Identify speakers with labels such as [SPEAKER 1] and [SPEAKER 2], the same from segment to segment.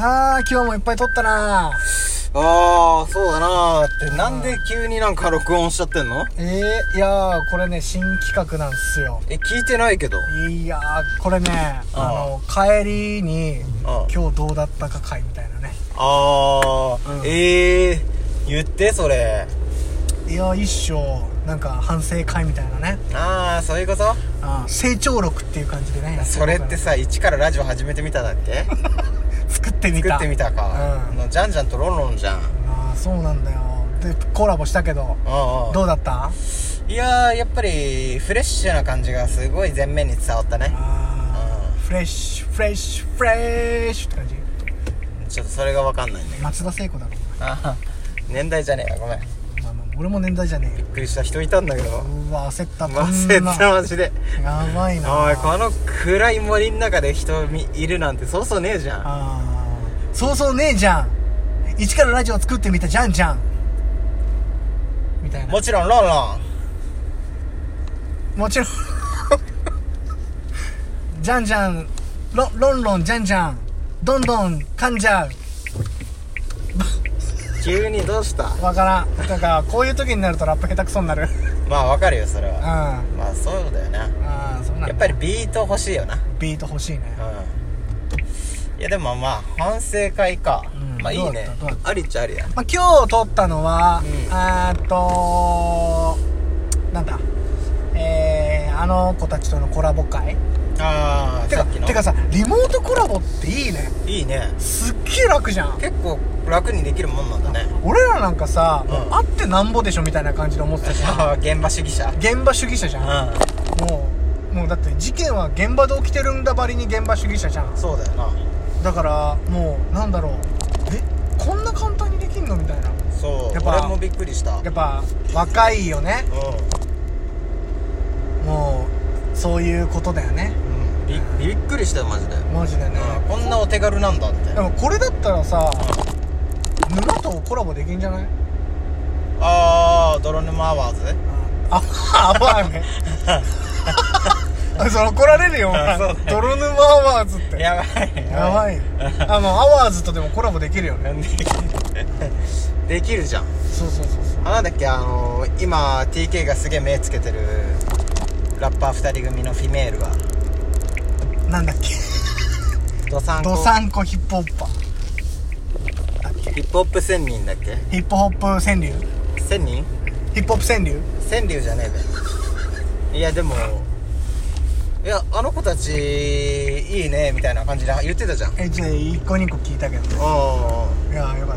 [SPEAKER 1] あー、今日もいっぱい撮ったな
[SPEAKER 2] あー、そうだなーって、なんで急になんか録音しちゃってんの
[SPEAKER 1] えー、いやー、これね、新企画なんですよ。
[SPEAKER 2] え、聞いてないけど。
[SPEAKER 1] いやー、これね、あの、帰りに、
[SPEAKER 2] あー
[SPEAKER 1] 今日どうだったか会みたいなね。
[SPEAKER 2] あー、
[SPEAKER 1] うん
[SPEAKER 2] えー、言って、それ。
[SPEAKER 1] いやー、一生、なんか反省会みたいなね。
[SPEAKER 2] あー、そういうこと
[SPEAKER 1] あー成長録っていう感じでね。
[SPEAKER 2] それってさ、一からラジオ始めてみただっけ
[SPEAKER 1] 作ってみ
[SPEAKER 2] 作
[SPEAKER 1] た。
[SPEAKER 2] ってみたか。
[SPEAKER 1] う
[SPEAKER 2] あ
[SPEAKER 1] ん
[SPEAKER 2] のジャンジャンとロンロンじゃん。
[SPEAKER 1] あー、そうなんだよ。で、コラボしたけど、
[SPEAKER 2] うん
[SPEAKER 1] どうだった
[SPEAKER 2] うん。いやー、やっぱり、フレッシュな感じがすごい前面に伝わったね。
[SPEAKER 1] あ
[SPEAKER 2] う
[SPEAKER 1] ー、フレッシュ、フレッシュ、フレッシュって感じ。
[SPEAKER 2] ちょっとそれがわかんないんだけど。
[SPEAKER 1] 松田聖子だろ。
[SPEAKER 2] あー、年代じゃねえわ、ごめん。び
[SPEAKER 1] まあまあ、俺も年代じゃねえよ
[SPEAKER 2] っくりした人いたんだけど。
[SPEAKER 1] うわ焦ったこ
[SPEAKER 2] 忘
[SPEAKER 1] ん
[SPEAKER 2] れ
[SPEAKER 1] な
[SPEAKER 2] た、マジで。
[SPEAKER 1] やばいな
[SPEAKER 2] おいこの暗い森の中で人みいるなんてそうそうねえじゃん
[SPEAKER 1] あーそうそうねえじゃん一からラジオ作ってみたじゃんじゃんみたいな
[SPEAKER 2] も
[SPEAKER 1] も
[SPEAKER 2] ちろんロンロン
[SPEAKER 1] ちろん じゃんじゃんロロンロンじゃんじゃんどんどん噛んじゃう
[SPEAKER 2] 急にどうした
[SPEAKER 1] わからんだからこういう時になるとラップ下手くそになる
[SPEAKER 2] まあわかるよそれ
[SPEAKER 1] うん
[SPEAKER 2] は
[SPEAKER 1] あ
[SPEAKER 2] まあそうだよな
[SPEAKER 1] あそうなん
[SPEAKER 2] や
[SPEAKER 1] だ
[SPEAKER 2] っぱりビート欲しいよな
[SPEAKER 1] ビート欲しいね
[SPEAKER 2] うんいやでもまあ反省会か、
[SPEAKER 1] うん
[SPEAKER 2] まあいいね
[SPEAKER 1] どうだったどうだっ
[SPEAKER 2] ありっちゃありや
[SPEAKER 1] まあ、今日撮ったのは、
[SPEAKER 2] うん
[SPEAKER 1] あーっとなんだえー、あの子たちとのコラボ会
[SPEAKER 2] ああ
[SPEAKER 1] て
[SPEAKER 2] さ
[SPEAKER 1] か
[SPEAKER 2] っきの
[SPEAKER 1] てかさリモートコラボっていいね
[SPEAKER 2] いいね
[SPEAKER 1] すっげえ楽じゃん
[SPEAKER 2] 結構楽にできるもんなんだね
[SPEAKER 1] 俺らなんかさ、
[SPEAKER 2] うん
[SPEAKER 1] 会ってなんぼでしょみたいな感じで思ってたじゃん
[SPEAKER 2] ああ現場主義者
[SPEAKER 1] 現場主義者じ
[SPEAKER 2] う
[SPEAKER 1] ゃん、
[SPEAKER 2] ん
[SPEAKER 1] もうもうだって事件は現場で起きてるんだばりに現場主義者じゃん
[SPEAKER 2] そうだよな
[SPEAKER 1] だからもうなんだろうえこんな簡単にできんのみたいな
[SPEAKER 2] そう
[SPEAKER 1] やっぱ
[SPEAKER 2] 俺もびっくりした
[SPEAKER 1] やっぱ若いよね
[SPEAKER 2] う
[SPEAKER 1] もうそういうことだよね
[SPEAKER 2] ん、うん、びびっくりしたよマジで
[SPEAKER 1] マジでね、
[SPEAKER 2] うんこんなお手軽なんだって
[SPEAKER 1] でもこれだったらさ沼とコラボできんじゃない
[SPEAKER 2] ああ泥沼アワーズ
[SPEAKER 1] あアワーねあそれ怒られるよお前
[SPEAKER 2] あそうだよ
[SPEAKER 1] 泥沼アワーズってや
[SPEAKER 2] やばい
[SPEAKER 1] ばいよあのアワーズとでもコラボできるよね
[SPEAKER 2] い できるじゃん
[SPEAKER 1] そうそうそうそう
[SPEAKER 2] あなんだっけあのー、今 TK がすげえ目つけてるラッパー2人組のフィメールは
[SPEAKER 1] なんだっけ
[SPEAKER 2] ドサンコ
[SPEAKER 1] ドサンコヒップホッパ
[SPEAKER 2] ヒップホップ千人だっけ
[SPEAKER 1] ヒップホップ川柳
[SPEAKER 2] 千人
[SPEAKER 1] ヒップホップ川柳
[SPEAKER 2] 千流じゃねえべいやでもいやあの子たちいいねみたいな感じで言ってたじゃんうん
[SPEAKER 1] えじゃあ1個2個聞いたけどねいやーよかっ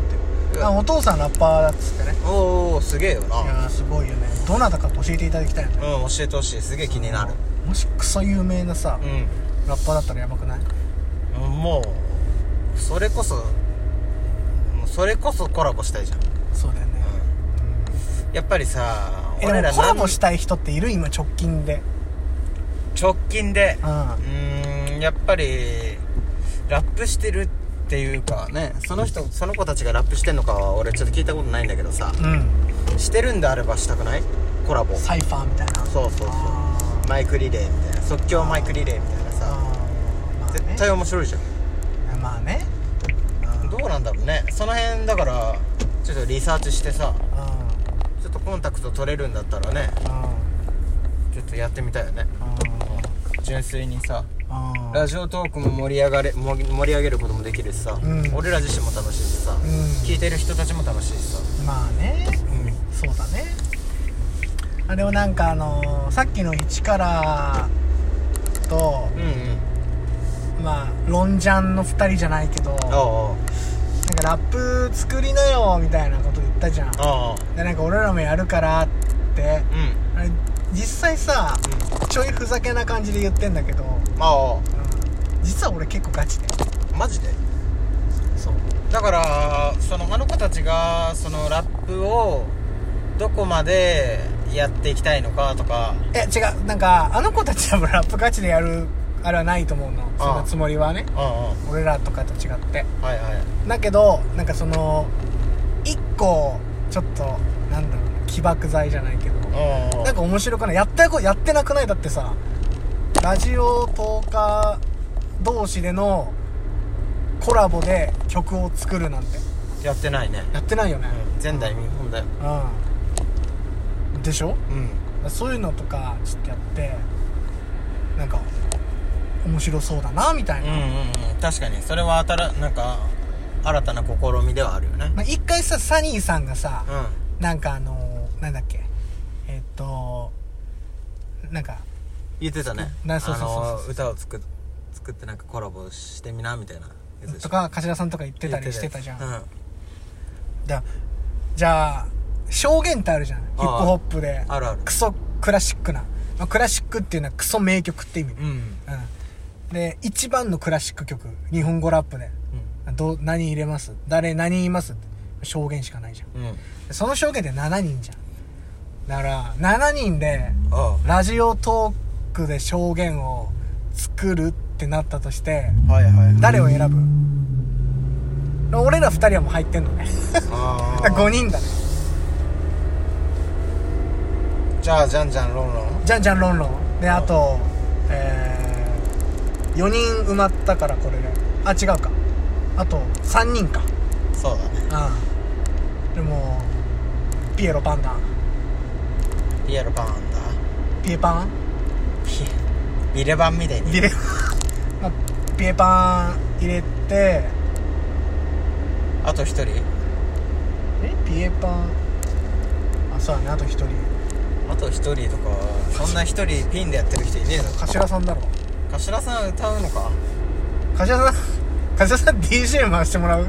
[SPEAKER 1] たよあお父さんラッパーだっつってね
[SPEAKER 2] おおすげえよない
[SPEAKER 1] やーすごいよねどなたか教えていただきたいよね
[SPEAKER 2] うん教えてほしいすげえ気になる
[SPEAKER 1] もしクソ有名なさ、
[SPEAKER 2] うん
[SPEAKER 1] ラッパーだったらやばくない
[SPEAKER 2] もうそれこそもうそれこそコラボしたいじゃん、
[SPEAKER 1] そうだよね、
[SPEAKER 2] やっぱりさ
[SPEAKER 1] えでもコラボ
[SPEAKER 2] 何
[SPEAKER 1] したい人っている今直近で
[SPEAKER 2] 直近で
[SPEAKER 1] うんあ
[SPEAKER 2] うーんやっぱりラップしてるっていうかねその人その子たちがラップしてんのかは俺ちょっと聞いたことないんだけどさ
[SPEAKER 1] うん
[SPEAKER 2] してるんであればしたくないコラボそう
[SPEAKER 1] サイファーみたいな
[SPEAKER 2] そうそう
[SPEAKER 1] あー
[SPEAKER 2] マイクリレーみたいな即興マイクリレーみたいな
[SPEAKER 1] あ
[SPEAKER 2] さ
[SPEAKER 1] ーまあ
[SPEAKER 2] 絶
[SPEAKER 1] ね
[SPEAKER 2] 対面白いじゃん
[SPEAKER 1] まあね
[SPEAKER 2] どうなんだろうねその辺だからちょっとリサーチしてさ
[SPEAKER 1] あ
[SPEAKER 2] ちょっとコンタクト取れるんだったらね
[SPEAKER 1] ーあ
[SPEAKER 2] ちょっとやってみたいよね
[SPEAKER 1] ー
[SPEAKER 2] 純粋にさ
[SPEAKER 1] あーあ
[SPEAKER 2] ラジオトークも盛り上がれもぎ盛り上げることもできるしさ、
[SPEAKER 1] うん
[SPEAKER 2] 俺ら自身も楽しいしさ、
[SPEAKER 1] ん
[SPEAKER 2] 聞いてる人たちも楽しいしさ、
[SPEAKER 1] ーまあねそうだねあれをなんかあのーさっきの1からと
[SPEAKER 2] うん、うんうん
[SPEAKER 1] まあロンジャンの2人じゃないけどなんか
[SPEAKER 2] あ
[SPEAKER 1] ラップ作りなよみたいなこと言ったじゃん
[SPEAKER 2] あああ
[SPEAKER 1] でなんか俺らもやるからって
[SPEAKER 2] うんうん
[SPEAKER 1] あれ実際さちょいふざけな感じで言ってんだけど、うん、
[SPEAKER 2] あ
[SPEAKER 1] 実は俺結構ガチで
[SPEAKER 2] あマジで
[SPEAKER 1] そう
[SPEAKER 2] だからそのあの子たちがそのラップをどこまでやっていきたいのかとか
[SPEAKER 1] え違うなんかあの子たちは ラップガチでやるあれはないと思うのそんなつもりはね
[SPEAKER 2] うんうん
[SPEAKER 1] 俺らとかと違って
[SPEAKER 2] はいはい
[SPEAKER 1] だけどなんかその一個ちょっとなんだろうな起爆剤じゃないけど
[SPEAKER 2] うんうん
[SPEAKER 1] なんか面白くないやったこやってなくないだってさラジオ10日同士でのコラボで曲を作るなんて
[SPEAKER 2] やってないね
[SPEAKER 1] やってないよね
[SPEAKER 2] 前代未聞だよ
[SPEAKER 1] うんでしょ
[SPEAKER 2] うん
[SPEAKER 1] そういうのとかちょっとやってなんか面白そうだなみたい
[SPEAKER 2] うんう
[SPEAKER 1] な、
[SPEAKER 2] んうん確かにそれは新たなんか新たな試みではあるよね
[SPEAKER 1] まあ、一回さサニーさんがさ、
[SPEAKER 2] うん
[SPEAKER 1] なんかあのーなんだっけえっとなんか
[SPEAKER 2] 言ってたね
[SPEAKER 1] なそう
[SPEAKER 2] あ
[SPEAKER 1] そうそうそう
[SPEAKER 2] の歌を作っ作ってなんかコラボしてみなみたいなやつでし
[SPEAKER 1] と
[SPEAKER 2] ょ
[SPEAKER 1] か頭さんとか言ってたりしてたじゃん
[SPEAKER 2] うん
[SPEAKER 1] だじゃあ証言ってあるじゃんヒップホップで
[SPEAKER 2] あるある
[SPEAKER 1] クソクラシックな、まあ、クラシックっていうのはクソ名曲って意味ね
[SPEAKER 2] うんうん
[SPEAKER 1] うん、で一番のクラシック曲日本語ラップでどう何入れます誰何言いますって証言しかないじゃん
[SPEAKER 2] うん
[SPEAKER 1] でその証言って7人じゃんだから7人で
[SPEAKER 2] あ
[SPEAKER 1] ラジオトークで証言を作るってなったとして
[SPEAKER 2] あはいはい
[SPEAKER 1] 誰を選ぶ俺ら2人はもう入ってんのね
[SPEAKER 2] あー
[SPEAKER 1] 5人だね
[SPEAKER 2] じゃあじゃんじゃんロンロン
[SPEAKER 1] じゃんじゃんロンロンであとえー、4人埋まったからこれであ違うかあと3人か
[SPEAKER 2] そうだね
[SPEAKER 1] うんでもピエロパンダ
[SPEAKER 2] ピエロパンだ
[SPEAKER 1] ピエパン
[SPEAKER 2] ピビレバンみたいに
[SPEAKER 1] 入れまあピエパン入れて
[SPEAKER 2] あと一人
[SPEAKER 1] えピエパンあそうだねあと1人
[SPEAKER 2] あと一人とかそんな一人ピンでやってる人いねえだろ
[SPEAKER 1] 頭さんだろ
[SPEAKER 2] 頭さん歌うのか
[SPEAKER 1] 頭さん 頭さん DJ 回してもらう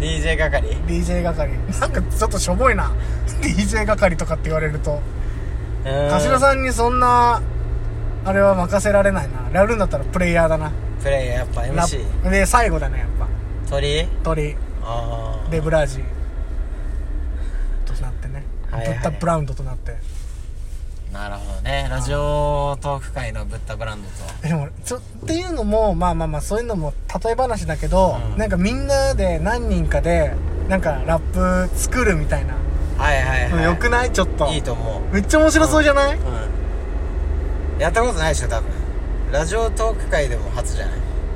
[SPEAKER 2] DJ 係
[SPEAKER 1] DJ 係なんかちょっとしょぼいな DJ 係とかって言われると頭
[SPEAKER 2] ん
[SPEAKER 1] さんにそんなあれは任せられないなやるんだったらプレイヤーだな
[SPEAKER 2] プレイヤーやっぱ MC
[SPEAKER 1] ラで最後だねやっぱ
[SPEAKER 2] 鳥
[SPEAKER 1] 鳥
[SPEAKER 2] ああ
[SPEAKER 1] デブラージとなってね
[SPEAKER 2] はい
[SPEAKER 1] ブ
[SPEAKER 2] はい
[SPEAKER 1] ッダブラウンドとなって
[SPEAKER 2] なるほどねラジオトーク界のブッダブランドと
[SPEAKER 1] でもちょっていうのもまあまあまあそういうのも例え話だけど、
[SPEAKER 2] うん
[SPEAKER 1] なんかみんなで何人かでなんかラップ作るみたいな、
[SPEAKER 2] はいはいはい
[SPEAKER 1] よくないちょっと
[SPEAKER 2] いいと思う
[SPEAKER 1] めっちゃ面白そうじゃない、
[SPEAKER 2] うんやったことないでしょ多分ラジオトーク界でも初じゃない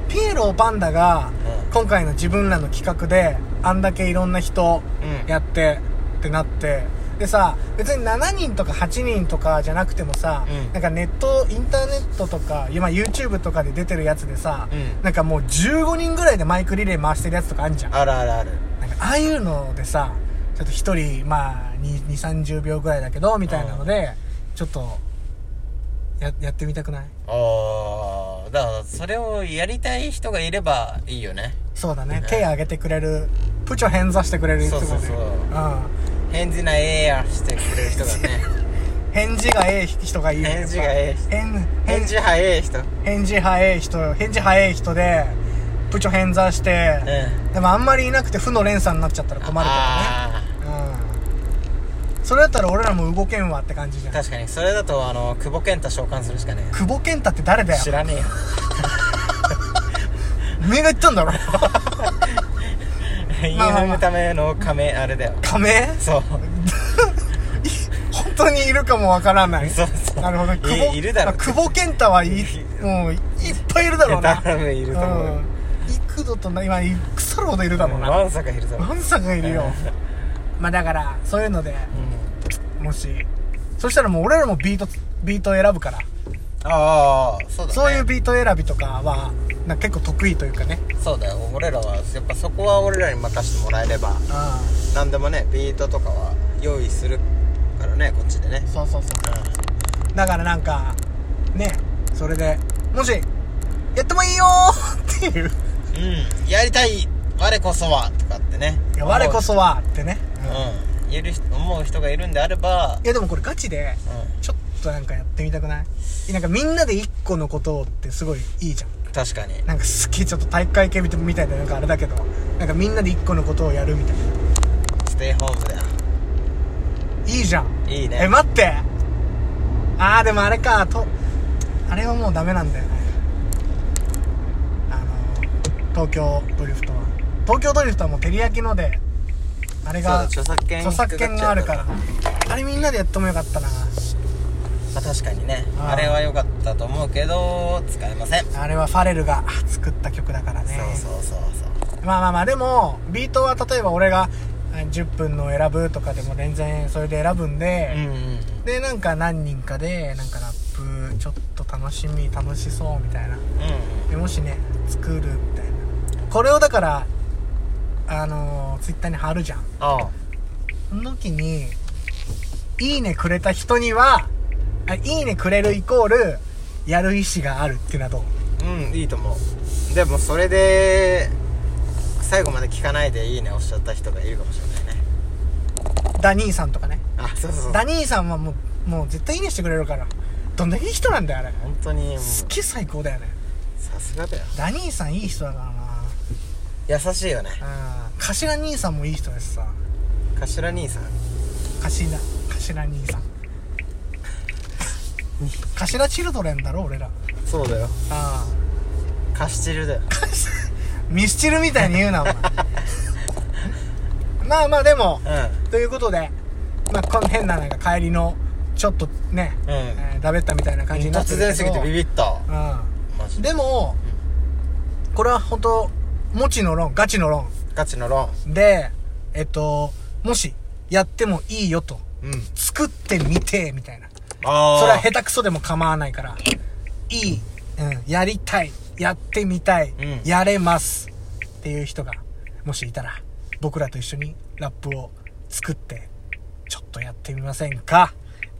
[SPEAKER 1] ピエロパンダが
[SPEAKER 2] うん
[SPEAKER 1] 今回の自分らの企画であんだけいろんな人
[SPEAKER 2] うん
[SPEAKER 1] やってってなってでさ別に7人とか8人とかじゃなくてもさ、
[SPEAKER 2] うん
[SPEAKER 1] なんかネットインターネットとか今 YouTube とかで出てるやつでさ、
[SPEAKER 2] うん
[SPEAKER 1] なんかもう15人ぐらいでマイクリレー回してるやつとかあんじゃん
[SPEAKER 2] あるあるある
[SPEAKER 1] なんかああいうのでさちょっと1人まあ2 3 0秒ぐらいだけどみたいなので、ちょっとややってみたくない
[SPEAKER 2] ああだからそれをやりたい人がいればいいよね
[SPEAKER 1] そうだね
[SPEAKER 2] ね
[SPEAKER 1] 手挙げてくれるプチョ偏座してくれる人がね、
[SPEAKER 2] そうそうそうん返事なええやしてくれる人が ね
[SPEAKER 1] 返事がええ人がいいよね
[SPEAKER 2] 返事がええ人
[SPEAKER 1] 返返
[SPEAKER 2] 返事早い人うん
[SPEAKER 1] 返事早い人返事早い人でプチョ偏座して、でもあんまりいなくて負の連鎖になっちゃったら困るか
[SPEAKER 2] あ
[SPEAKER 1] らねうんそれだったら俺らも動けんわって感じじゃ
[SPEAKER 2] ー
[SPEAKER 1] ん
[SPEAKER 2] 確かにそれだとあの久保健太召喚するしかね
[SPEAKER 1] 久保健太って誰だ
[SPEAKER 2] え
[SPEAKER 1] よ
[SPEAKER 2] 知らねえよ
[SPEAKER 1] 目が言ったんだろ
[SPEAKER 2] 言い
[SPEAKER 1] まあまあ
[SPEAKER 2] 踏むための亀あれだよ
[SPEAKER 1] 仮名
[SPEAKER 2] そう
[SPEAKER 1] 本当にいるかもわからない
[SPEAKER 2] そうそう
[SPEAKER 1] なるほど久保
[SPEAKER 2] いいるだろ
[SPEAKER 1] あ久保健太はい もういっぱいいるだろうな
[SPEAKER 2] 多分いると思うよ
[SPEAKER 1] うん、幾度とな今腐るほどいるだろうな
[SPEAKER 2] わんさかいるぞ
[SPEAKER 1] 何さがいるよまあだからそういうのでもしそしたらもう俺らもビートビート選ぶから
[SPEAKER 2] ああそうだね
[SPEAKER 1] そういうビート選びとかはなんか結構得意というかね
[SPEAKER 2] そうだよ俺らはやっぱそこは俺らに任せてもらえれば
[SPEAKER 1] う
[SPEAKER 2] 何でもねビートとかは用意するからねこっちでね
[SPEAKER 1] んそうそうそうだからなんかねそれでもしやってもいいよーっていう
[SPEAKER 2] うんやりたい我こそはとかってね
[SPEAKER 1] いや我こそはってね、うんい
[SPEAKER 2] うんいる人思う人がいるんであれば
[SPEAKER 1] やでもこれガチで
[SPEAKER 2] う
[SPEAKER 1] ちょっとなんかやってみたくないなんかみんなで一個のことをってすごいいいじゃん
[SPEAKER 2] ん確かに
[SPEAKER 1] なんか好きちょっと体育会系みたいでなんかあれだけどなんかみんなで一個のことをやるみたいな
[SPEAKER 2] ステイホームだよ
[SPEAKER 1] いいじゃん
[SPEAKER 2] いいね
[SPEAKER 1] え待ってああでもあれかとあれはもうダメなんだよねあの東京ドリフトは東京ドリフトはもう照り焼きのであれが
[SPEAKER 2] そうだ著作権
[SPEAKER 1] 著作権があるからあれみんなでやってもよかったな
[SPEAKER 2] まあ、確かにね
[SPEAKER 1] あー
[SPEAKER 2] あれは良かったと思うけど使えません、
[SPEAKER 1] あれはファレルが作った曲だからね
[SPEAKER 2] そうそうそうそう
[SPEAKER 1] まあまあまあでもビートは例えば俺がえー10分の選ぶとかでも全然それで選ぶんで、
[SPEAKER 2] うんうん
[SPEAKER 1] でなんか何人かでなんかラップちょっと楽しみ楽しそうみたいなでもしね作るみたいなこれをだからあのツイッター Twitter に貼るじゃん
[SPEAKER 2] ああ
[SPEAKER 1] その時に「いいね」くれた人には「あいいね」くれるイコールやる意思があるっていうのはどう
[SPEAKER 2] うんいいと思うでもそれで最後まで聞かないでいいね押しちゃった人がいるかもしれないね
[SPEAKER 1] ダニーさんとかね
[SPEAKER 2] あそうそうそう
[SPEAKER 1] ダニーさんはもうもう絶対「いいね」してくれるからどんだけいい人なんだよあれ
[SPEAKER 2] 本当にもう
[SPEAKER 1] すっげえ最高だよね
[SPEAKER 2] さすがだよ
[SPEAKER 1] ダニーさんいい人だからな
[SPEAKER 2] 優しいよね
[SPEAKER 1] うん頭兄さんもいい人ですさ
[SPEAKER 2] 頭兄さん
[SPEAKER 1] 頭頭兄 さん頭チルドレンだろ俺らあ
[SPEAKER 2] そうだよ
[SPEAKER 1] あ
[SPEAKER 2] カシチルだよ
[SPEAKER 1] ミスチルみたいに言うなお前 まあまあでも
[SPEAKER 2] う
[SPEAKER 1] ということで、まあ、この変ななんか帰りのちょっとね、
[SPEAKER 2] んうん
[SPEAKER 1] えーだべったみたいな感じになって
[SPEAKER 2] 突
[SPEAKER 1] るけど
[SPEAKER 2] 然すぎてビビったマ
[SPEAKER 1] う
[SPEAKER 2] ジ
[SPEAKER 1] ん、
[SPEAKER 2] で
[SPEAKER 1] でもこれは本当もちの論ガチの論
[SPEAKER 2] ガチのロ
[SPEAKER 1] でえっともしやってもいいよと
[SPEAKER 2] ンうん
[SPEAKER 1] 作ってみてみたいな
[SPEAKER 2] ああ
[SPEAKER 1] それは下手くそでも構わないからいい、うん、やりたいやってみたい、
[SPEAKER 2] うん
[SPEAKER 1] やれますっていう人がもしいたら僕らと一緒にラップを作ってちょっとやってみませんか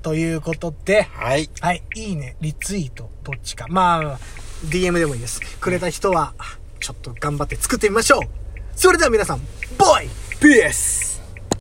[SPEAKER 1] ということで
[SPEAKER 2] はい
[SPEAKER 1] はいいいねリツイートどっちかまあ DM でもいいですくれた人はちょっと頑張って作ってみましょうそれでは皆さんボイ
[SPEAKER 2] ピース